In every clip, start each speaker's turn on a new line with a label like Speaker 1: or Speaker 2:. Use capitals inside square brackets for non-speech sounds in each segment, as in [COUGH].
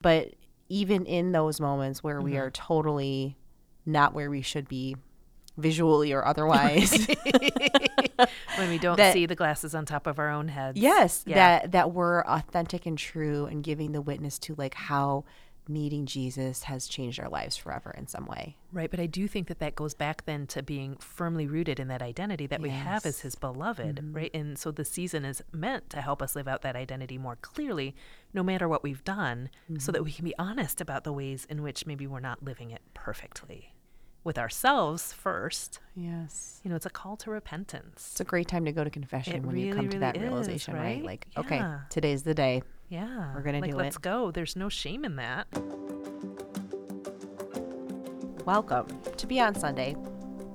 Speaker 1: But even in those moments where we are
Speaker 2: Mm-hmm.
Speaker 1: totally not where we should be visually or
Speaker 2: [LAUGHS]
Speaker 1: otherwise,
Speaker 2: when we don't
Speaker 1: That-
Speaker 2: see the glasses on top of our own heads.
Speaker 1: [LAUGHS] yes,
Speaker 2: Yeah.
Speaker 1: that that we're authentic and true and giving the witness to like how meeting Jesus has changed our lives forever in some way.
Speaker 2: Right, but I do think that that goes back then to being firmly rooted in that identity that we have as his beloved,
Speaker 1: Mm-hmm.
Speaker 2: right? And so the season is meant to help us live out that identity more clearly, no matter what we've done, so
Speaker 1: Mm-hmm.
Speaker 2: that we can be honest about the ways in which maybe we're not living it perfectly with ourselves first.
Speaker 1: Yes.
Speaker 2: You know, it's a call to repentance.
Speaker 1: It's a great time to go to confession
Speaker 2: It
Speaker 1: when you come
Speaker 2: really,
Speaker 1: to that
Speaker 2: really is,
Speaker 1: realization, right?
Speaker 2: right?
Speaker 1: Like, okay,
Speaker 2: Yeah.
Speaker 1: today's the day.
Speaker 2: Yeah.
Speaker 1: We're gonna
Speaker 2: like,
Speaker 1: do
Speaker 2: let's
Speaker 1: it.
Speaker 2: go. There's no shame in that.
Speaker 1: Welcome to Beyond Sunday,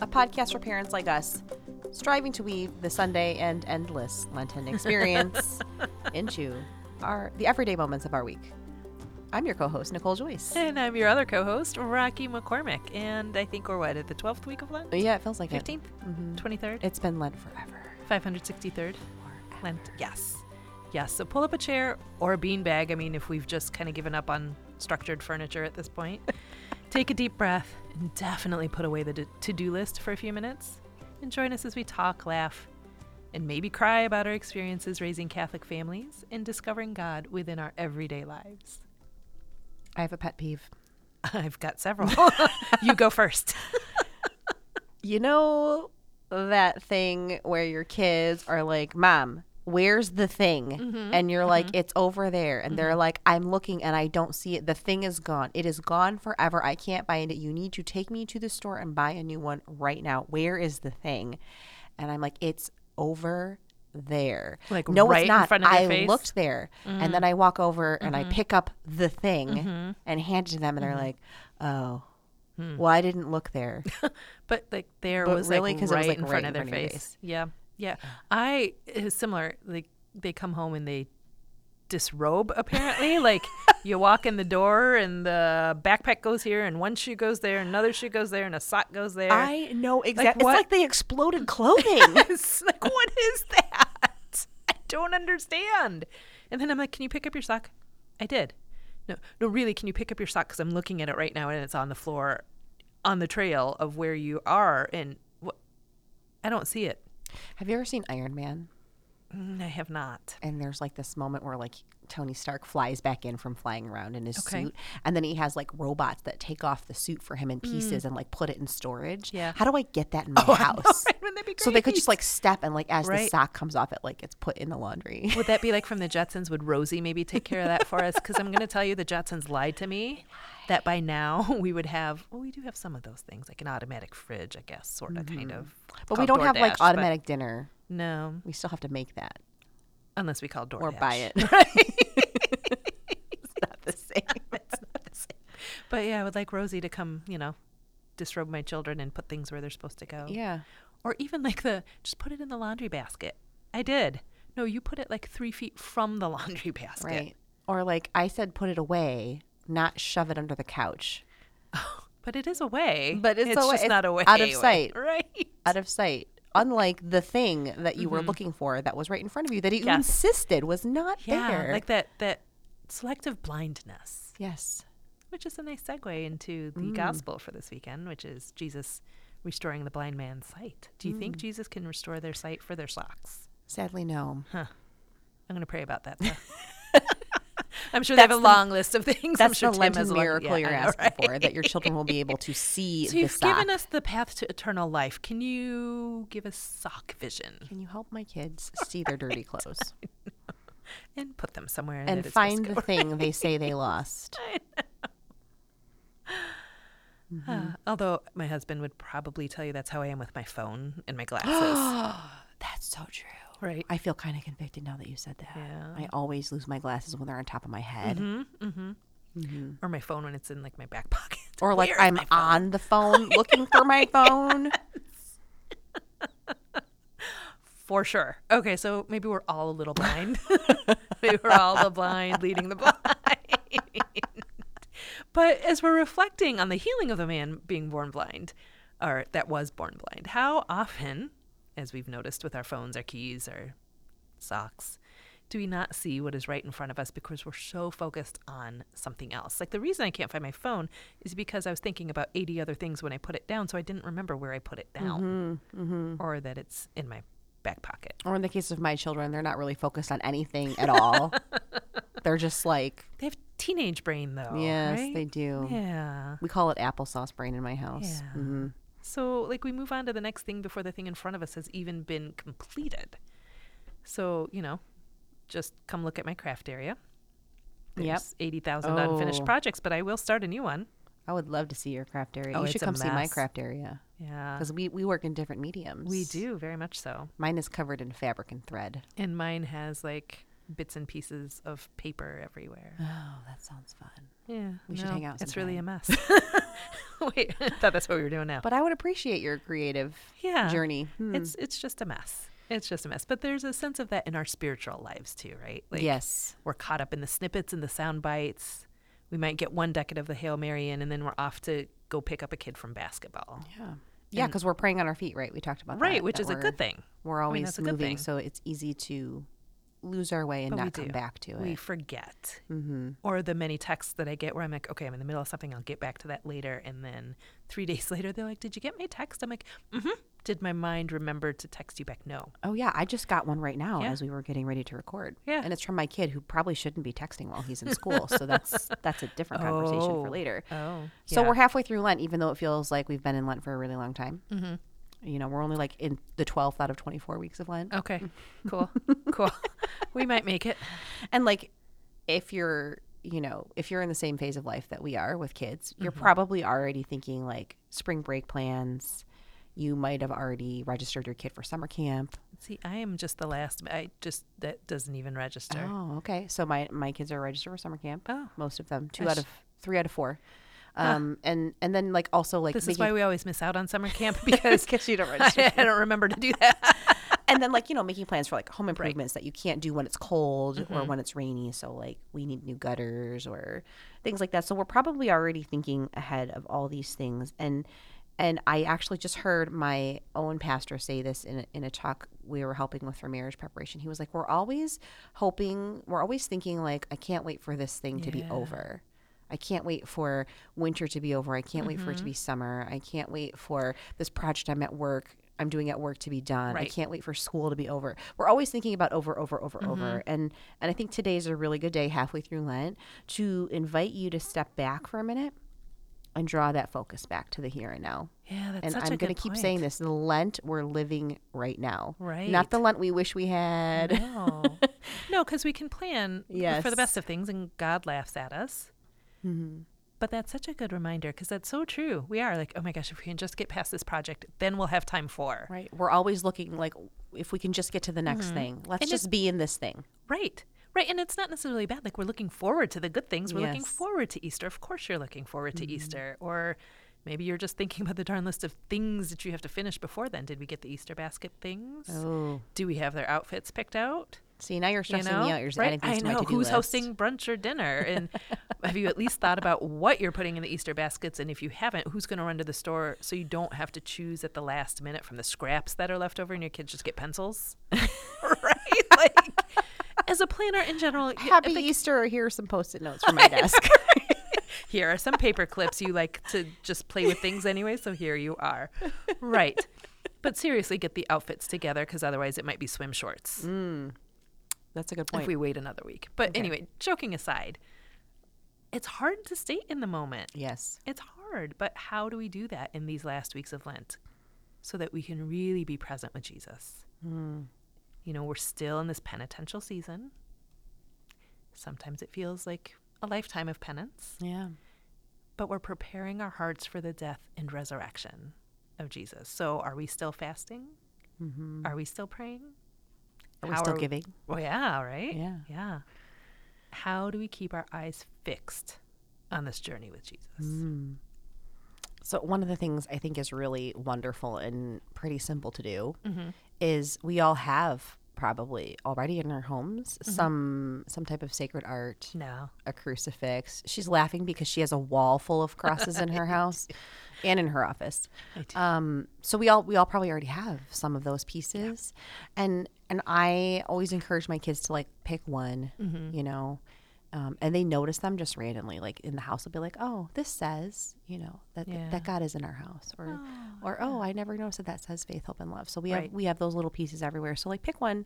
Speaker 1: a podcast for parents like us, striving to weave the Sunday and endless Lenten experience into our the everyday moments of our week. I'm your co-host Nicole Joyce.
Speaker 2: And I'm your other co host, Rocky McCormick. And I think we're what, at the 12th week of Lent?
Speaker 1: Yeah, it feels like
Speaker 2: 15th?
Speaker 1: Mhm.
Speaker 2: 23rd?
Speaker 1: it. It's been Lent forever.
Speaker 2: 563rd Lent. Yes. Yes. So pull up a chair or a beanbag. I mean, if we've just kind of given up on structured furniture at
Speaker 1: [LAUGHS]
Speaker 2: this point, take a deep breath and definitely put away the d- to do list for a few minutes and join us as we talk, laugh, and maybe cry about our experiences raising Catholic families and discovering God within our everyday lives. [LAUGHS]
Speaker 1: I have a pet peeve.
Speaker 2: I've
Speaker 1: [LAUGHS]
Speaker 2: got several. you go first.
Speaker 1: You know that thing where your kids are like, "Mom, where's the thing?"
Speaker 2: Mm-hmm.
Speaker 1: and you're like, "It's over there." And they're like, "I'm looking and I don't see it. The thing is gone. It is gone forever. I can't find it. You need to take me to the store and buy a new one right now. Where is the thing?" And I'm like, "It's over there."
Speaker 2: Like,
Speaker 1: no,
Speaker 2: right in
Speaker 1: it's not.
Speaker 2: front of your
Speaker 1: I
Speaker 2: face? Mm-hmm.
Speaker 1: looked there. And then I walk over and I pick up the thing and hand it to them and they're like,
Speaker 2: Mm-hmm.
Speaker 1: "Oh,
Speaker 2: Hmm.
Speaker 1: well, I didn't look there."
Speaker 2: But like there
Speaker 1: But
Speaker 2: was
Speaker 1: really,
Speaker 2: like
Speaker 1: 'cause
Speaker 2: right
Speaker 1: it was, like,
Speaker 2: in
Speaker 1: right
Speaker 2: front
Speaker 1: in
Speaker 2: of their
Speaker 1: front of your
Speaker 2: face. Yeah, yeah. I it was similar. Like they come home and they disrobe.
Speaker 1: [LAUGHS]
Speaker 2: Apparently, like you walk in the door and the backpack goes here, and one shoe goes there, another shoe goes there, and a sock goes there.
Speaker 1: I know exactly.
Speaker 2: what-
Speaker 1: it's like they exploded
Speaker 2: [LAUGHS]
Speaker 1: clothing.
Speaker 2: It's like what is that? I don't understand. And then I'm like, can you pick up your sock? I did. No, no, really, can you pick up your sock? Because I'm looking at it right now and it's on the floor, on the trail of where you are, and wh- I don't see it.
Speaker 1: Have you ever seen Iron Man?
Speaker 2: Mm, I have not. [LAUGHS]
Speaker 1: And there's like this moment where like Tony Stark flies back in from flying around in his
Speaker 2: Okay.
Speaker 1: suit, and then he has like robots that take off the suit for him in pieces and like put it in storage.
Speaker 2: Yeah.
Speaker 1: How do Mm. Oh, I get that in [LAUGHS] my house?
Speaker 2: Wouldn't that be
Speaker 1: So they could
Speaker 2: great?
Speaker 1: just like step and like as the
Speaker 2: Right.
Speaker 1: sock comes off, it like gets put in the laundry.
Speaker 2: [LAUGHS] Would that be like from the Jetsons? Would Rosie maybe take care of that for us? Because I'm going to tell you, the Jetsons lied to me that by now [LAUGHS] we would have, well, we do have some of those things, like an automatic fridge, I guess, sort of, kind of. It's
Speaker 1: But we
Speaker 2: called
Speaker 1: don't have
Speaker 2: DoorDash,
Speaker 1: like
Speaker 2: Mm-hmm. but
Speaker 1: automatic dinner.
Speaker 2: No,
Speaker 1: We still have to make that
Speaker 2: unless we call DoorDash.
Speaker 1: or buy [LAUGHS] it. it's not the same.
Speaker 2: [LAUGHS] But yeah, I would like Rosie to come, you know, disrobe my children and put things where they're supposed to go.
Speaker 1: Yeah.
Speaker 2: Or even like the, just put it in the laundry basket. I did. No, you put it like three feet from the [LAUGHS] laundry basket.
Speaker 1: Right. Or like I said, put it away, not shove it under the couch,
Speaker 2: But it is away.
Speaker 1: But it's away-
Speaker 2: just
Speaker 1: it's
Speaker 2: not away.
Speaker 1: out of
Speaker 2: away,
Speaker 1: sight.
Speaker 2: [LAUGHS] Right.
Speaker 1: out of sight. Unlike the thing that you were looking for that was right in front of you that you
Speaker 2: Mm-hmm. Yes.
Speaker 1: insisted was not
Speaker 2: Yeah.
Speaker 1: there.
Speaker 2: Like that that selective blindness,
Speaker 1: yes.
Speaker 2: which is a nice segue into the
Speaker 1: Mm.
Speaker 2: gospel for this weekend, which is Jesus restoring the blind man's sight. Do you
Speaker 1: Mm.
Speaker 2: think Jesus can restore their sight for their socks?
Speaker 1: Sadly, no.
Speaker 2: I'm gonna pray about that. though.
Speaker 1: [LAUGHS]
Speaker 2: I'm sure they
Speaker 1: That's
Speaker 2: have a
Speaker 1: the-
Speaker 2: long list of things. I'm
Speaker 1: That's
Speaker 2: sure
Speaker 1: the
Speaker 2: Tim
Speaker 1: Lenten
Speaker 2: has a long-
Speaker 1: miracle
Speaker 2: yeah, [LAUGHS]
Speaker 1: you're
Speaker 2: I know,
Speaker 1: asking
Speaker 2: right?
Speaker 1: for that your children will be able to see
Speaker 2: [LAUGHS] So
Speaker 1: the
Speaker 2: you've
Speaker 1: sock.
Speaker 2: given us the path to eternal life. Can you give us sock vision
Speaker 1: Can you help my
Speaker 2: [LAUGHS]
Speaker 1: kids see their dirty clothes
Speaker 2: and put them somewhere that
Speaker 1: and
Speaker 2: it's supposed to
Speaker 1: find
Speaker 2: go?
Speaker 1: the thing they say they
Speaker 2: [LAUGHS]
Speaker 1: lost?
Speaker 2: Uh,
Speaker 1: Mm.
Speaker 2: although my husband would probably tell you that's how I am with my phone and
Speaker 1: [GASPS]
Speaker 2: my glasses.
Speaker 1: That's so true.
Speaker 2: right.
Speaker 1: I feel kind of convicted now that you said that.
Speaker 2: Yeah.
Speaker 1: I always lose my glasses when they're on top of my head.
Speaker 2: Or my phone when it's in like my back [LAUGHS] pocket.
Speaker 1: Or like
Speaker 2: Where is
Speaker 1: I'm
Speaker 2: my phone?
Speaker 1: on [LAUGHS] the phone looking for my phone.
Speaker 2: for sure. Okay, so maybe we're all a little blind. [LAUGHS] maybe we're all the blind leading the blind. [LAUGHS] but as we're reflecting on the healing of the man being born blind, or that was born blind, how often, as we've noticed with our phones, our keys, our socks, do we not see what is right in front of us because we're so focused on something else? Like the reason I can't find my phone is because I was thinking about 80 other things when I put it down, so I didn't remember where I put it down
Speaker 1: Mm-hmm.
Speaker 2: or that it's in my back pocket.
Speaker 1: [LAUGHS] Or in the case of my children, they're not really focused on anything at all. they're just like,
Speaker 2: They have teenage brain though.
Speaker 1: yes,
Speaker 2: right?
Speaker 1: they do. Mm-hmm.
Speaker 2: Yeah.
Speaker 1: We call it applesauce brain in my house. Mm,
Speaker 2: Yeah. So, like, we move on to the next thing before the thing in front of us has even been completed. So, you know, just come look at my craft area.
Speaker 1: Yep.
Speaker 2: There's 80,000 unfinished
Speaker 1: Oh.
Speaker 2: projects, but I will start a new one.
Speaker 1: I would love to see your craft area.
Speaker 2: Oh,
Speaker 1: you
Speaker 2: it's
Speaker 1: should
Speaker 2: a
Speaker 1: come see my
Speaker 2: mess.
Speaker 1: craft area
Speaker 2: Yeah.
Speaker 1: because we, we work in different mediums.
Speaker 2: We do, very much so.
Speaker 1: Mine is covered in fabric and thread.
Speaker 2: And mine has like bits and pieces of paper everywhere.
Speaker 1: Oh, that sounds fun.
Speaker 2: Yeah.
Speaker 1: We should
Speaker 2: no,
Speaker 1: hang out
Speaker 2: It's really
Speaker 1: [LAUGHS]
Speaker 2: a mess. [LAUGHS] Wait, I thought that's what we were doing now.
Speaker 1: But I would appreciate your creative
Speaker 2: yeah.
Speaker 1: journey. Hmm.
Speaker 2: It's it's just a mess. It's just a mess. But there's a sense of that in our spiritual lives too, right?
Speaker 1: yes.
Speaker 2: we're caught up in the snippets and the sound bites. We might get one decade of the Hail Mary in, and then we're off to go pick up a kid from basketball.
Speaker 1: Yeah. Yeah, because we're praying on our feet, right? We talked about that.
Speaker 2: Right, which
Speaker 1: that
Speaker 2: is a
Speaker 1: we're-
Speaker 2: good thing.
Speaker 1: We're
Speaker 2: I mean,
Speaker 1: always
Speaker 2: that's a good
Speaker 1: moving,
Speaker 2: thing.
Speaker 1: so it's easy to lose our way and
Speaker 2: But Mm-hmm. we
Speaker 1: not come
Speaker 2: do.
Speaker 1: back to it.
Speaker 2: We forget. Or the many texts that I get where I'm like, okay, I'm in the middle of something. I'll get back to that later. And then three [LAUGHS] days later, they're like, did you get my text? I'm like, mm hmm. Did my mind remember to text you back? No.
Speaker 1: Oh yeah, I just got one right now
Speaker 2: Yeah.
Speaker 1: as we were getting ready to record.
Speaker 2: Yeah.
Speaker 1: and it's from my kid who probably shouldn't be texting while he's in school. so
Speaker 2: [LAUGHS]
Speaker 1: that's that's a different conversation
Speaker 2: Oh.
Speaker 1: for later.
Speaker 2: Oh.
Speaker 1: So
Speaker 2: yeah.
Speaker 1: we're halfway through Lent, even though it feels like we've been in Lent for a really long time. Mm-hmm. You know, we're only like in the twelfth out of twenty-four weeks of Lent,
Speaker 2: Okay. [LAUGHS] Cool. cool. We might make it.
Speaker 1: and like if you're you know if you're in the same phase of life that we are with kids, you're
Speaker 2: Mm-hmm.
Speaker 1: probably already thinking like spring break plans. You might have already registered your kid for summer camp.
Speaker 2: See, I am just the last. I just, that doesn't even register.
Speaker 1: Oh, okay. So my my kids are registered for summer camp.
Speaker 2: Oh.
Speaker 1: most of them. Two
Speaker 2: That's-
Speaker 1: out of three out of four. Um, and and then like also like
Speaker 2: This is
Speaker 1: [LAUGHS]
Speaker 2: why
Speaker 1: making-
Speaker 2: we [LAUGHS] always miss out on summer camp
Speaker 1: [LAUGHS]
Speaker 2: because
Speaker 1: kids you don't register.
Speaker 2: [LAUGHS] I, I don't remember to do that.
Speaker 1: and then like you know making plans for like home improvements that you can't do when it's cold or when it's rainy. So like we need new gutters or things like that. So we're probably already thinking ahead of all these things. And and I actually just heard my own pastor say this in a, in a talk we were helping with for marriage preparation. He was like, "We're always hoping, we're always thinking like I can't wait for this thing to be
Speaker 2: Yeah.
Speaker 1: over." I can't wait for winter to be over. I can't wait for
Speaker 2: Mm-hmm.
Speaker 1: it to be summer. I can't wait for this project I'm at work, I'm doing at work to be done. I
Speaker 2: Right.
Speaker 1: can't wait for school to be over. We're always thinking about over, over, over, over.
Speaker 2: Mm-hmm.
Speaker 1: And and I think today is a really good day, halfway through Lent, to invite you to step back for a minute and draw that focus back to the here and now.
Speaker 2: Yeah, that's
Speaker 1: and I'm going to keep [LAUGHS] saying this: the Lent we're living right now,
Speaker 2: Right. Mm-hmm.
Speaker 1: Not the Lent we wish we had. [LAUGHS]
Speaker 2: No, no, because we can plan for the
Speaker 1: Yes.
Speaker 2: best of things, and God laughs at us. But that's such a good reminder because that's so true. We are like, oh my gosh, if we can just get past this project, then we'll have time for
Speaker 1: Right? We're always looking like if we can just get to the next thing. Let's
Speaker 2: Mm-hmm. And
Speaker 1: just be in this thing.
Speaker 2: right. Right, and it's not necessarily bad. Like we're looking forward to the good things. We're looking
Speaker 1: Yes. Mm-hmm.
Speaker 2: forward to Easter. Of course, you're looking forward to Easter. Or maybe you're just thinking about the darn list of things that you have to finish before then. Did we get the Easter basket things?
Speaker 1: Oh.
Speaker 2: Do we have their outfits picked out?
Speaker 1: See, now you're
Speaker 2: You
Speaker 1: stressing
Speaker 2: know,
Speaker 1: me out. You're just
Speaker 2: Right?
Speaker 1: adding things
Speaker 2: I
Speaker 1: to my
Speaker 2: know
Speaker 1: to-do list.
Speaker 2: who's hosting brunch or dinner,
Speaker 1: [LAUGHS]
Speaker 2: and have you at least thought about what you're putting in the Easter baskets? And if you haven't, who's going to run to the store so you don't have to choose at the last minute from the scraps that are left over, and your kids just get pencils, [LAUGHS] right? [LAUGHS] Like, as a planner in general, y-
Speaker 1: Happy
Speaker 2: if they-
Speaker 1: Easter. Here are some post-it notes from [LAUGHS] my desk.
Speaker 2: here are some paper clips you like to just play with things anyway so here you are right but seriously get the outfits together because otherwise it might be swim shorts
Speaker 1: That's a good
Speaker 2: if we wait another week but anyway joking aside it's hard to stay in the moment
Speaker 1: yes.
Speaker 2: it's hard but how do we do that in these last weeks of lent so that we can really be present with jesus
Speaker 1: Hmm.
Speaker 2: you know we're still in this penitential season sometimes it feels like a lifetime of penance
Speaker 1: Yeah.
Speaker 2: but we're preparing our hearts for the death and resurrection of Jesus. So, are we still fasting? Are we still praying?
Speaker 1: Mm-hmm. Are we
Speaker 2: How
Speaker 1: still
Speaker 2: are-
Speaker 1: giving?
Speaker 2: Well, yeah, right?
Speaker 1: Yeah.
Speaker 2: Yeah. How do we keep our eyes fixed on this journey with Jesus?
Speaker 1: So one of the things Mm-hmm. I think is really wonderful and pretty simple to do is we all have probably already in their homes some some type of sacred art,
Speaker 2: No.
Speaker 1: a crucifix. She's laughing because she has a wall full of crosses in
Speaker 2: [LAUGHS]
Speaker 1: her house and in her office.
Speaker 2: I do.
Speaker 1: Um, so we all we all probably already have some of those pieces, and and I always encourage my kids to like pick one,
Speaker 2: Mm-hmm.
Speaker 1: you know, um, and they notice them just randomly, like in the house. They'll be like, "Oh, this says, you know, that
Speaker 2: Yeah.
Speaker 1: that God is in our house," or or "Oh, I never noticed that that says faith, hope, and love." So we
Speaker 2: Right.
Speaker 1: have we have those little pieces everywhere. So like pick one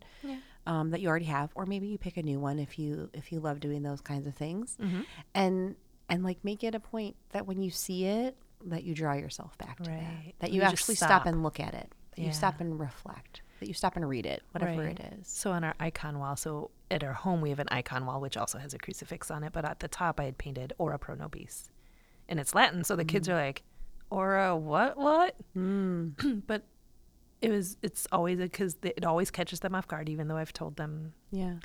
Speaker 1: um, that you already have, or maybe you pick a new one if you if you love doing those kinds of things,
Speaker 2: Mm-hmm.
Speaker 1: and and like make it a point that when you see it, that you draw yourself back to
Speaker 2: Right.
Speaker 1: that. That
Speaker 2: Or
Speaker 1: you,
Speaker 2: you just
Speaker 1: actually stop.
Speaker 2: stop.
Speaker 1: and look at it. That
Speaker 2: Yeah.
Speaker 1: you stop and reflect. That you stop and read it, whatever it is.
Speaker 2: So on our icon wall, so at our home we have an icon wall which also has a crucifix on it, but at the top I had painted Ora pro nobis. And it's Latin, so the kids are like, Ora what what? Mm. [CLEARS THROAT] but it was it's always because it always catches them off guard, even though I've told them
Speaker 1: Yeah.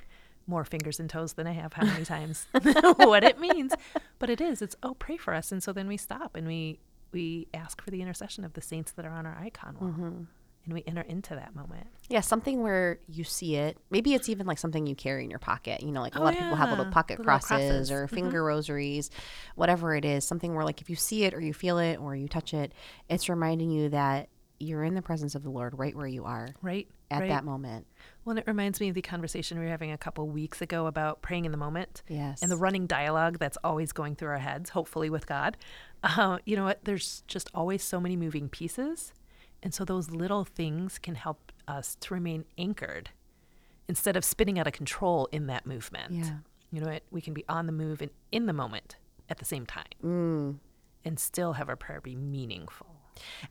Speaker 2: more fingers and toes than I have how
Speaker 1: [LAUGHS]
Speaker 2: many times [LAUGHS] what it means. But it is. It's oh pray for us. And so then we stop and we we ask for the intercession of the saints that are on our icon wall.
Speaker 1: Mm-hmm.
Speaker 2: And we enter into that moment.
Speaker 1: Yeah, something where you see it. Maybe it's even like something you carry in your pocket. You know, like a lot of people have little
Speaker 2: Oh, yeah,
Speaker 1: pocket
Speaker 2: little
Speaker 1: crosses,
Speaker 2: crosses. Mm-hmm.
Speaker 1: or finger rosaries, whatever it is. Something where, like, if you see it or you feel it or you touch it, it's reminding you that you're in the presence of the Lord right where you are
Speaker 2: Right?
Speaker 1: at
Speaker 2: right?
Speaker 1: that moment.
Speaker 2: Well, and it reminds me of the conversation we were having a couple weeks ago about praying in the moment.
Speaker 1: Yes.
Speaker 2: And the running dialogue that's always going through our heads, hopefully with God. Uh, you know what? There's just always so many moving pieces. And so those little things can help us to remain anchored instead of spinning out of control in that movement.
Speaker 1: Yeah.
Speaker 2: You know what? We can be on the move and in the moment at the same time
Speaker 1: Mm.
Speaker 2: and still have our prayer be meaningful.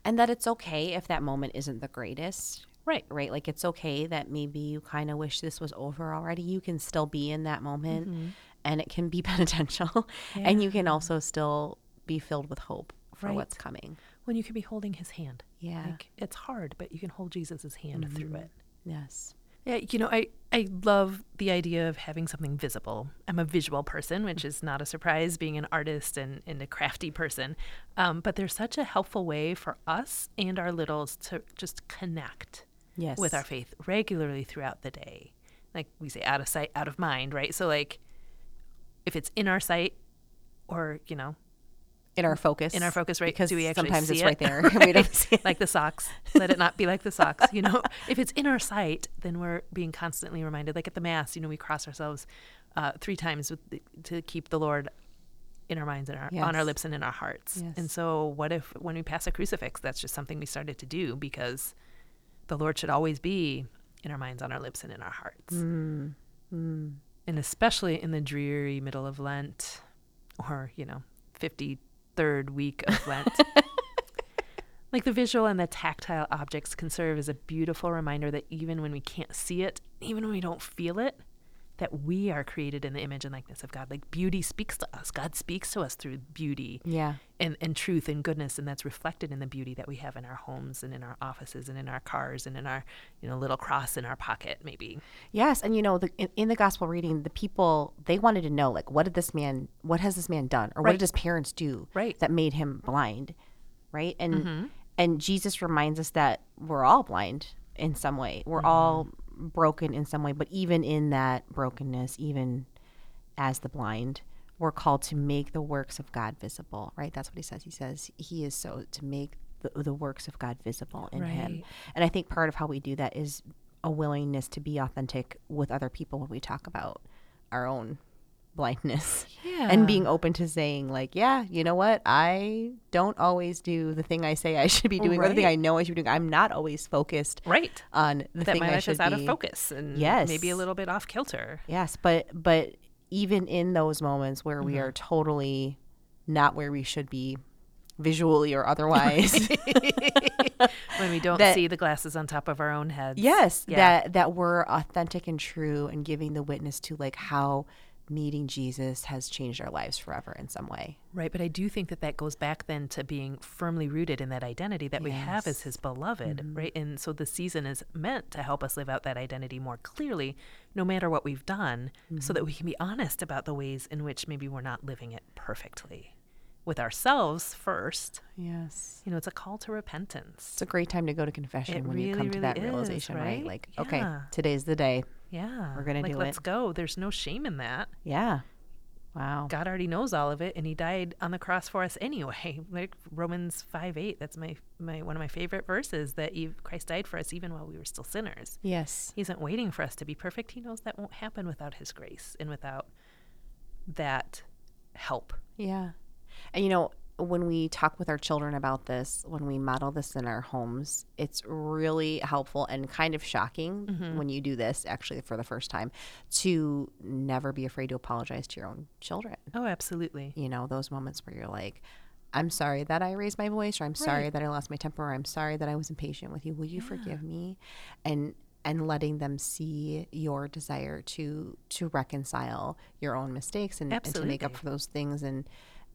Speaker 1: And that it's okay if that moment isn't the greatest.
Speaker 2: Right.
Speaker 1: right? Like it's okay that maybe you kind of wish this was over already. You can still be in that moment
Speaker 2: Mm-hmm.
Speaker 1: and it can be [LAUGHS] penitential and you can also still be filled with hope for
Speaker 2: Right.
Speaker 1: what's coming.
Speaker 2: When you can be holding his hand.
Speaker 1: Yeah. Mm-hmm.
Speaker 2: Like it's hard, but you can hold Jesus' hand through it.
Speaker 1: Yes.
Speaker 2: Yeah, you know, I, I love the idea of having something visible. I'm a visual person, which is not a surprise being an artist and, and a crafty person. Um, but there's such a helpful way for us and our littles to just connect
Speaker 1: Yes.
Speaker 2: with our faith regularly throughout the day. Like we say, out of sight, out of mind, right? So, like, if it's in our sight or, you know,
Speaker 1: in our focus.
Speaker 2: in our focus, right?
Speaker 1: Because
Speaker 2: Do we actually
Speaker 1: sometimes
Speaker 2: see
Speaker 1: it's
Speaker 2: it?
Speaker 1: right there.
Speaker 2: [LAUGHS]
Speaker 1: [LAUGHS] We don't see it.
Speaker 2: like the socks. Let it not be like the socks.
Speaker 1: [LAUGHS]
Speaker 2: You know, if it's in our sight, then we're being constantly reminded. Like at the mass, you know, we cross ourselves uh, three times with the, to keep the Lord in our minds and our, on our
Speaker 1: Yes.
Speaker 2: lips and in our hearts. And
Speaker 1: Yes.
Speaker 2: so, what if when we pass a crucifix, that's just something we started to do because the Lord should always be in our minds, on our lips, and in our hearts. And especially in the dreary middle of Lent, or you know, fifty third week of Lent. Like the visual and the tactile objects can serve as a beautiful reminder that even when we can't see it, even when we don't feel it, that we are created in the image and likeness of God. Like beauty speaks to us. God speaks to us through beauty
Speaker 1: yeah.
Speaker 2: and, and truth and goodness, and that's reflected in the beauty that we have in our homes and in our offices and in our cars and in our, you know, little cross in our pocket, maybe.
Speaker 1: Yes, and you know, the, in, in the gospel reading, the people they wanted to know, like, what did this man, what has this man done, or what
Speaker 2: Right.
Speaker 1: did his parents do,
Speaker 2: Right. Mm-hmm.
Speaker 1: that made him blind, right? And and Jesus reminds us that we're all blind in some way,
Speaker 2: Mm-hmm.
Speaker 1: we're all broken in some way, but even in that brokenness, even as the blind, we're called to make the works of God visible, right? That's what he says. He says he is so to make the, the works of God visible in him.
Speaker 2: Right.
Speaker 1: And I think part of how we do that is a willingness to be authentic with other people when we talk about our own blindness
Speaker 2: Yeah.
Speaker 1: and being open to saying like yeah you know what i don't always do the thing i say i should be doing or the thing
Speaker 2: Right.
Speaker 1: i know i should be doing i'm not always focused
Speaker 2: Right.
Speaker 1: on the
Speaker 2: That
Speaker 1: thing
Speaker 2: my
Speaker 1: i
Speaker 2: life
Speaker 1: should
Speaker 2: is out
Speaker 1: be
Speaker 2: of focus and
Speaker 1: Yes.
Speaker 2: maybe a little bit off kilter.
Speaker 1: Yes, but but even in those moments where
Speaker 2: Mm-hmm.
Speaker 1: we are totally not where we should be visually or
Speaker 2: [LAUGHS]
Speaker 1: otherwise.
Speaker 2: When we don't
Speaker 1: That-
Speaker 2: see the glasses on top of our own heads.
Speaker 1: yes,
Speaker 2: Yeah.
Speaker 1: that that we're authentic and true and giving the witness to like how meeting Jesus has changed our lives forever in some way.
Speaker 2: Right, but I do think that that goes back then to being firmly rooted in that identity that we have as his beloved,
Speaker 1: Mm-hmm.
Speaker 2: right? And so the season is meant to help us live out that identity more clearly, no matter what we've
Speaker 1: Mm-hmm.
Speaker 2: done, so that we can be honest about the ways in which maybe we're not living it perfectly. with ourselves first.
Speaker 1: Yes.
Speaker 2: You know, it's a call to repentance.
Speaker 1: It's a great time to go to confession
Speaker 2: It
Speaker 1: when you come
Speaker 2: really,
Speaker 1: to
Speaker 2: really
Speaker 1: that
Speaker 2: is,
Speaker 1: realization, right?
Speaker 2: right?
Speaker 1: Like, okay,
Speaker 2: Yeah.
Speaker 1: today's the day.
Speaker 2: Yeah.
Speaker 1: We're gonna
Speaker 2: like,
Speaker 1: do
Speaker 2: let's
Speaker 1: it.
Speaker 2: go. There's no shame in that.
Speaker 1: Yeah. Wow.
Speaker 2: God already knows all of it, and He died on the cross for us anyway. [LAUGHS] Like Romans five eight. That's my my one of my favorite verses. That Eve, Christ died for us even while we were still sinners.
Speaker 1: Yes.
Speaker 2: He isn't waiting for us to be perfect. He knows that won't happen without His grace and without that help.
Speaker 1: Yeah. And you know, when we talk with our children about this, when we model this in our homes, it's really helpful and kind of shocking when you do this actually for the first time to never be afraid to apologize to your own children.
Speaker 2: Oh, absolutely.
Speaker 1: You know, those moments where you're like, I'm sorry that I raised my voice or I'm sorry that I lost my temper or I'm sorry that I was impatient with you. Will you forgive me? And and letting them see your desire to to reconcile your own mistakes and, and to make up
Speaker 2: Absolutely.
Speaker 1: for those things and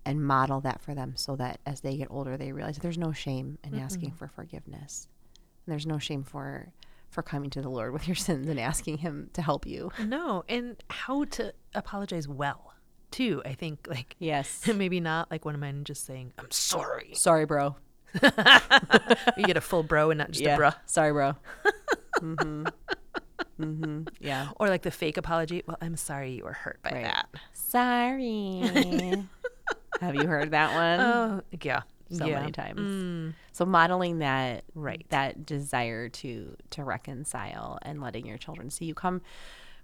Speaker 1: and model that for them so that as they get older they realize there's no shame in asking for forgiveness. And there's no shame for for coming to the Lord with your sins and asking him to help you.
Speaker 2: [LAUGHS] No, and how to apologize well too. I think [LAUGHS] like
Speaker 1: Yes.
Speaker 2: maybe not like one of mine just saying I'm [LAUGHS] sorry.
Speaker 1: [LAUGHS] Sorry, bro.
Speaker 2: You get a full bro and not just a bruh.
Speaker 1: Sorry, bro. hmm hmm Mm-hmm. Yeah.
Speaker 2: Or like the fake apology. Well, I'm sorry you were hurt by
Speaker 1: Right.
Speaker 2: that.
Speaker 1: Sorry. [LAUGHS] Have you heard that one?
Speaker 2: Oh, yeah.
Speaker 1: so
Speaker 2: yeah.
Speaker 1: many times. So modeling that
Speaker 2: Right.
Speaker 1: that desire to to reconcile and letting your children see you come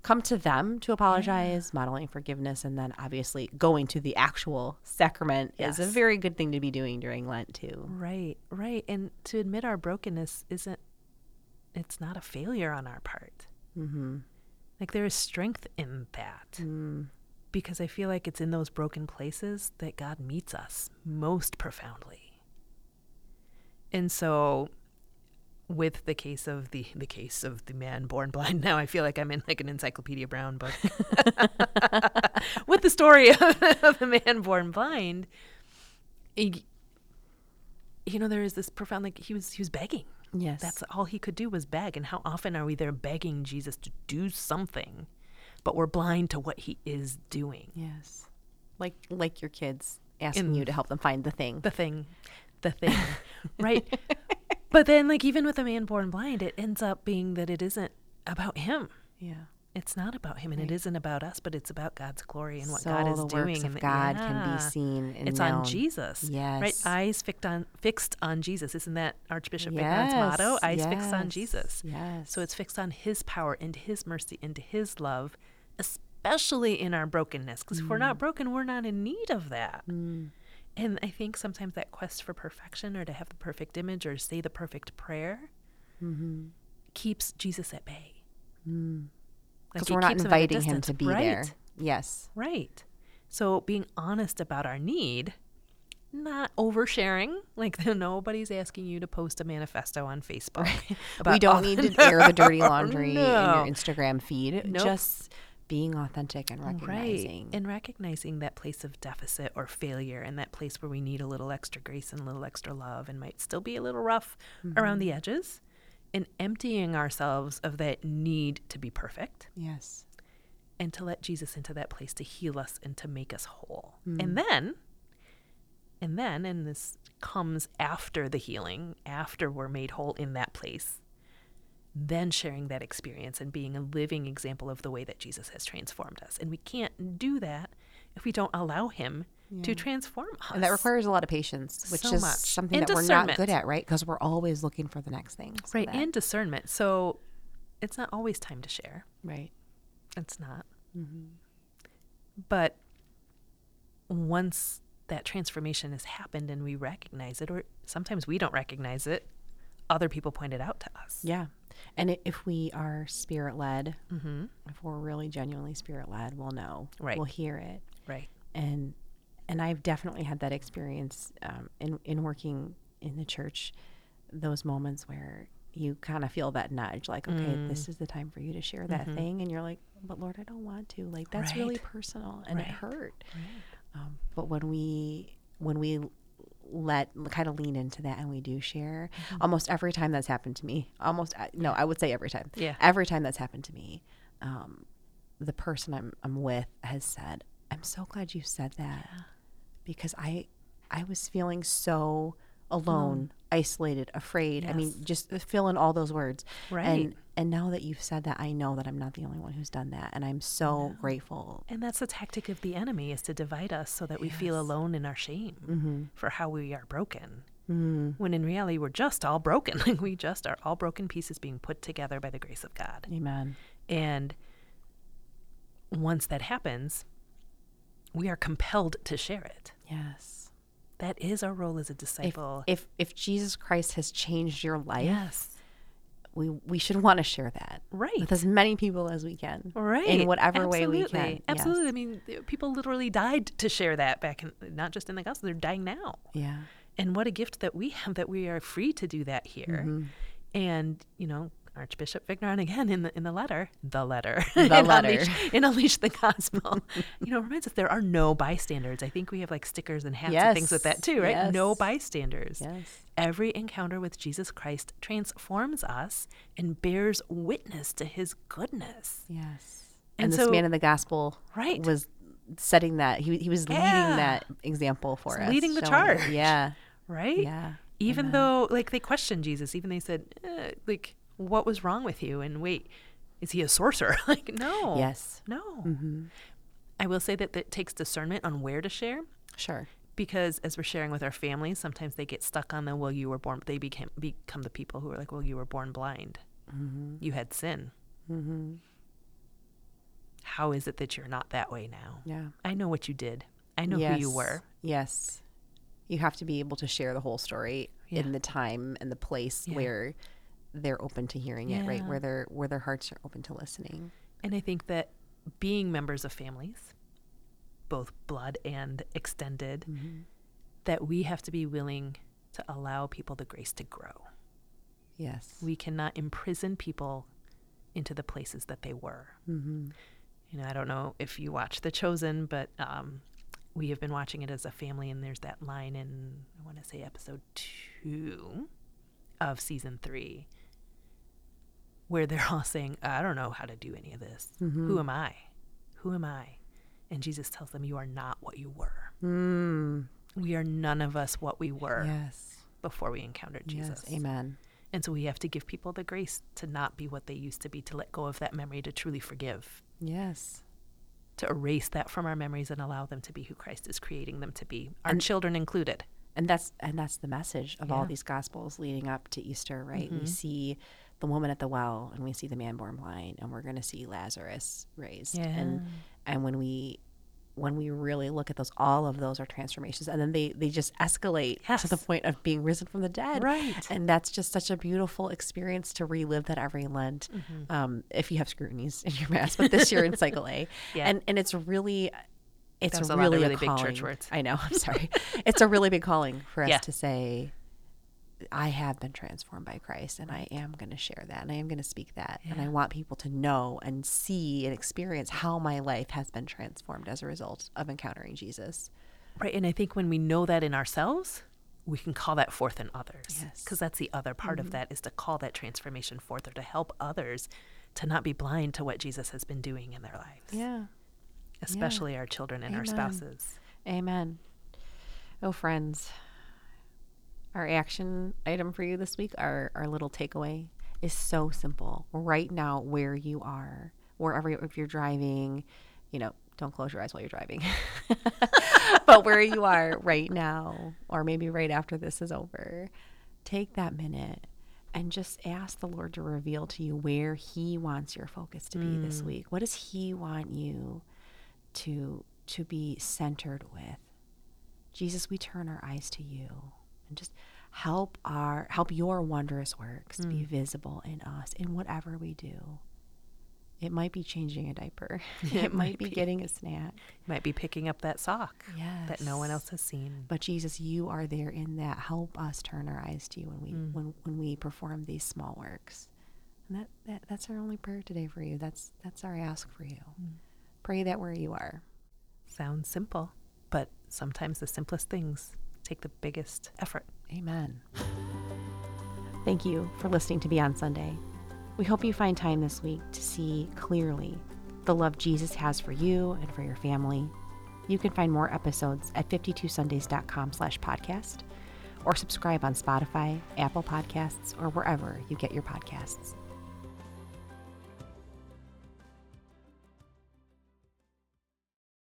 Speaker 1: come to them to apologize, modeling forgiveness, and then obviously going to the actual sacrament is a
Speaker 2: Yes.
Speaker 1: very good thing to be doing during Lent too.
Speaker 2: Right, right. And to admit our brokenness isn't, it's not a failure on our part.
Speaker 1: Mm-hmm. Mm.
Speaker 2: Like there is strength in that because I feel like it's in those broken places that God meets us most profoundly. And so with the case of the the case of the man born blind [LAUGHS] now I feel like I'm in like an encyclopedia brown book [LAUGHS] with the story [LAUGHS] of, of the man born blind y- you know there is this profound like he was he was begging
Speaker 1: Yes.
Speaker 2: that's all he could do was beg. And how often are we there begging Jesus to do something, but we're blind to what he is doing?
Speaker 1: yes. Like like your kids asking you to help them find the thing.
Speaker 2: The thing,
Speaker 1: [LAUGHS]
Speaker 2: the thing, right? But then, like, even with a man born blind, it ends up being that it isn't about him.
Speaker 1: yeah.
Speaker 2: It's not about him, and it isn't about us, but it's about God's glory and what
Speaker 1: so
Speaker 2: God is
Speaker 1: the
Speaker 2: doing.
Speaker 1: works
Speaker 2: and
Speaker 1: of
Speaker 2: the-
Speaker 1: God can
Speaker 2: Yeah.
Speaker 1: be seen and
Speaker 2: It's on
Speaker 1: known.
Speaker 2: Jesus. Right?
Speaker 1: Yes.
Speaker 2: Eyes fixed on fixed on Jesus. Isn't that Archbishop Vigneron's motto?
Speaker 1: Yes,
Speaker 2: Eyes fixed on
Speaker 1: yes,
Speaker 2: Jesus.
Speaker 1: Yes.
Speaker 2: So it's fixed on His power and His mercy and His love, especially in our brokenness. Because if we're
Speaker 1: Mm.
Speaker 2: not broken, we're not in need of that. And I think sometimes that quest for perfection or to have the perfect image or say the perfect prayer
Speaker 1: Mm-hmm.
Speaker 2: keeps Jesus at bay. Like,
Speaker 1: because
Speaker 2: it
Speaker 1: Mm. we're not
Speaker 2: keeps him at a
Speaker 1: inviting him to
Speaker 2: distance.
Speaker 1: be there.
Speaker 2: Right.
Speaker 1: Yes.
Speaker 2: Right. So being honest about our need, not oversharing. Like [LAUGHS] nobody's asking you to post a manifesto on Facebook. [LAUGHS]
Speaker 1: we
Speaker 2: about
Speaker 1: don't
Speaker 2: all the- Oh,
Speaker 1: need to air the
Speaker 2: [LAUGHS]
Speaker 1: dirty laundry
Speaker 2: no.
Speaker 1: in your Instagram feed.
Speaker 2: Nope.
Speaker 1: Just being authentic and
Speaker 2: Right.
Speaker 1: recognizing.
Speaker 2: And recognizing that place of deficit or failure and that place where we need a little extra grace and a little extra love and might still be a little rough around the edges and emptying ourselves of that need to be perfect
Speaker 1: Yes.
Speaker 2: and to let Jesus into that place to heal us and to make us whole.
Speaker 1: Hmm.
Speaker 2: And then, and then, and this comes after the healing, after we're made whole in that place, then sharing that experience and being a living example of the way that Jesus has transformed us. And we can't do that if we don't allow Him to transform us.
Speaker 1: And that requires a lot of patience, which
Speaker 2: So
Speaker 1: is
Speaker 2: much.
Speaker 1: something
Speaker 2: And
Speaker 1: that we're not good
Speaker 2: discernment.
Speaker 1: at, right? Because we're always looking for the next thing. so
Speaker 2: right
Speaker 1: that-
Speaker 2: and discernment. So it's not always time to share.
Speaker 1: right.
Speaker 2: It's not. But once that transformation has happened and we recognize it, or sometimes we don't recognize it, other people point it out to us.
Speaker 1: Yeah. And i- if we are spirit led, if we're really genuinely spirit led, we'll know.
Speaker 2: Mm-hmm. Right.
Speaker 1: We'll hear it.
Speaker 2: Right.
Speaker 1: and and I've definitely had that experience um, in in working in the church. Those moments where you kind of feel that nudge, like, okay,
Speaker 2: Mm.
Speaker 1: this is the time for you to share that thing, and you're like, but Lord, I don't want to. Like that's really
Speaker 2: Mm-hmm. Right.
Speaker 1: personal, and it
Speaker 2: Right.
Speaker 1: hurt. Um, but when we when we let kind of lean into that and we do share
Speaker 2: Mm-hmm.
Speaker 1: almost every time that's happened to me almost uh, no i would say every time
Speaker 2: Yeah.
Speaker 1: every time that's happened to me um the person I'm I'm with has said, "I'm so glad you said that because I I was feeling so alone, isolated, afraid. I mean,
Speaker 2: Yes.
Speaker 1: just fill in all those words.
Speaker 2: Right.
Speaker 1: And and now that you've said that, I know that I'm not the only one who's done that, and I'm so grateful.
Speaker 2: And that's the tactic of the enemy is to divide us so that we feel alone in our shame for how we are broken. Mm. When in reality, we're just all broken. [LAUGHS] Like we just are all broken pieces being put together by the grace of God.
Speaker 1: Amen.
Speaker 2: And once that happens, we are compelled to share it.
Speaker 1: Yes.
Speaker 2: That is our role as a disciple.
Speaker 1: If if Jesus Christ has changed your life,
Speaker 2: yes.
Speaker 1: we we should want to share that
Speaker 2: Right.
Speaker 1: with as many people as we can,
Speaker 2: Right.
Speaker 1: In whatever way we
Speaker 2: Absolutely.
Speaker 1: can.
Speaker 2: Absolutely. I mean, th- people literally died to share that back in, not just in the gospel, they're dying now.
Speaker 1: Yes. Yeah.
Speaker 2: And what a gift that we have that we are free to do that here.
Speaker 1: Mm-hmm.
Speaker 2: And, you know, Archbishop Vigneron again in the in the letter, the letter,
Speaker 1: [LAUGHS] The
Speaker 2: in [LAUGHS] Unleash,
Speaker 1: letter.
Speaker 2: in Unleash the Gospel, you know, reminds us there are no bystanders. I think we have like stickers and hats and things like that
Speaker 1: Yes,
Speaker 2: too, right? No
Speaker 1: yes.
Speaker 2: bystanders.
Speaker 1: Yes.
Speaker 2: Every encounter with Jesus Christ transforms us and bears witness to His goodness.
Speaker 1: Yes.
Speaker 2: And
Speaker 1: And,
Speaker 2: so-
Speaker 1: this man in the gospel
Speaker 2: Right.
Speaker 1: was setting that he he was
Speaker 2: Yeah.
Speaker 1: leading that example for
Speaker 2: He's
Speaker 1: us.
Speaker 2: leading the
Speaker 1: showing it.
Speaker 2: charge.
Speaker 1: Yeah.
Speaker 2: right?
Speaker 1: Yeah.
Speaker 2: Even though, like, they questioned Jesus, even they said, eh, like, what was wrong with you? And wait, is he a sorcerer? [LAUGHS] like, no.
Speaker 1: Yes. Mm-hmm.
Speaker 2: No. I will say that that takes discernment on where to share
Speaker 1: Sure.
Speaker 2: because as we're sharing with our families, sometimes they get stuck on the, well, you were born, they became, become the people who are like, well, you were born blind.
Speaker 1: Mm-hmm.
Speaker 2: You had sin. How is it that you're not that way now?
Speaker 1: Yeah.
Speaker 2: I know what you did. I know who you
Speaker 1: Yes.
Speaker 2: were.
Speaker 1: Yes. You have to be able to share the whole story
Speaker 2: Yeah.
Speaker 1: in the time and the place
Speaker 2: Yeah.
Speaker 1: where they're open to hearing it, right?
Speaker 2: Yeah.
Speaker 1: Where their where their hearts are open to listening.
Speaker 2: And I think that being members of families, both blood and extended, that we have to be willing to allow people the grace to grow.
Speaker 1: Yes.
Speaker 2: We cannot imprison people into the places that they were. You know, I don't know if you watch The Chosen, but um, we have been watching it as a family, and there's that line in, I want to say, episode two of season three, where they're [LAUGHS] all saying, I don't know how to do any of this.
Speaker 1: Mm-hmm.
Speaker 2: Who am I? Who am I? And Jesus tells them, You are not what you were.
Speaker 1: Mm.
Speaker 2: We are none of us what we were
Speaker 1: Yes.
Speaker 2: before we encountered Jesus.
Speaker 1: Yes. Amen.
Speaker 2: And so we have to give people the grace to not be what they used to be, to let go of that memory, to truly forgive,
Speaker 1: Yes.
Speaker 2: to erase that from our memories and allow them to be who Christ is creating them to be, our children included.
Speaker 1: and that's and that's the message of all
Speaker 2: Yeah. Mm-hmm.
Speaker 1: these gospels leading up to easter right we see the woman at the well and we see the man born blind and we're going to see lazarus raised and and when we when we really look at those all of those are transformations and then they they just escalate to the
Speaker 2: Yes.
Speaker 1: point of being risen from the dead
Speaker 2: Right.
Speaker 1: and that's just such a beautiful experience to relive that every lent
Speaker 2: Mm-hmm.
Speaker 1: um, if you have scrutinies in your mass but this year in cycle a
Speaker 2: [LAUGHS] Yeah.
Speaker 1: and and it's really it's
Speaker 2: was a lot of
Speaker 1: really,
Speaker 2: really
Speaker 1: a
Speaker 2: big church
Speaker 1: calling.
Speaker 2: words.
Speaker 1: I know. [LAUGHS] I'm sorry. it's a really big calling for us
Speaker 2: Yeah.
Speaker 1: to say, I have been transformed by Christ, and I am going to share that, and I am going to speak that, and I want people to know and see and experience how my life has been transformed as a result of encountering Jesus.
Speaker 2: Right. And I think when we know that in ourselves, we can call that forth in others. Because
Speaker 1: Yes.
Speaker 2: that's the other part of that is to call that transformation forth or to help others to not be blind to what Jesus has been doing in their lives,
Speaker 1: Yeah.
Speaker 2: especially our children and our
Speaker 1: Amen.
Speaker 2: spouses.
Speaker 1: Amen. Oh, friends, our action item for you this week, our, our little takeaway, is so simple. Right now, where you are, wherever you- if you're driving, you know, don't close your eyes while you're driving. [LAUGHS] but where you are right now, or maybe right after this is over, take that minute and just ask the Lord to reveal to you where He wants your focus to be this week. What does He want you to to be centered with? Jesus, we turn our eyes to you and just help our help your wondrous works be visible in us in whatever we do. It might be changing a [LAUGHS] diaper. It, might be getting a snack.
Speaker 2: Might be picking up that sock that no one
Speaker 1: Yes.
Speaker 2: else has seen.
Speaker 1: But Jesus, you are there in that. Help us turn our eyes to you when we when, when we perform these small works. And that, that that's our only prayer today for you. That's that's our ask for you. Pray that where you are.
Speaker 2: Sounds simple, but sometimes the simplest things take the biggest effort.
Speaker 1: Amen. Thank you for listening to Beyond Sunday. We hope you find time this week to see clearly the love Jesus has for you and for your family, You can find more episodes at 52sundays.com slash podcast or subscribe on Spotify, Apple Podcasts, or wherever you get your podcasts.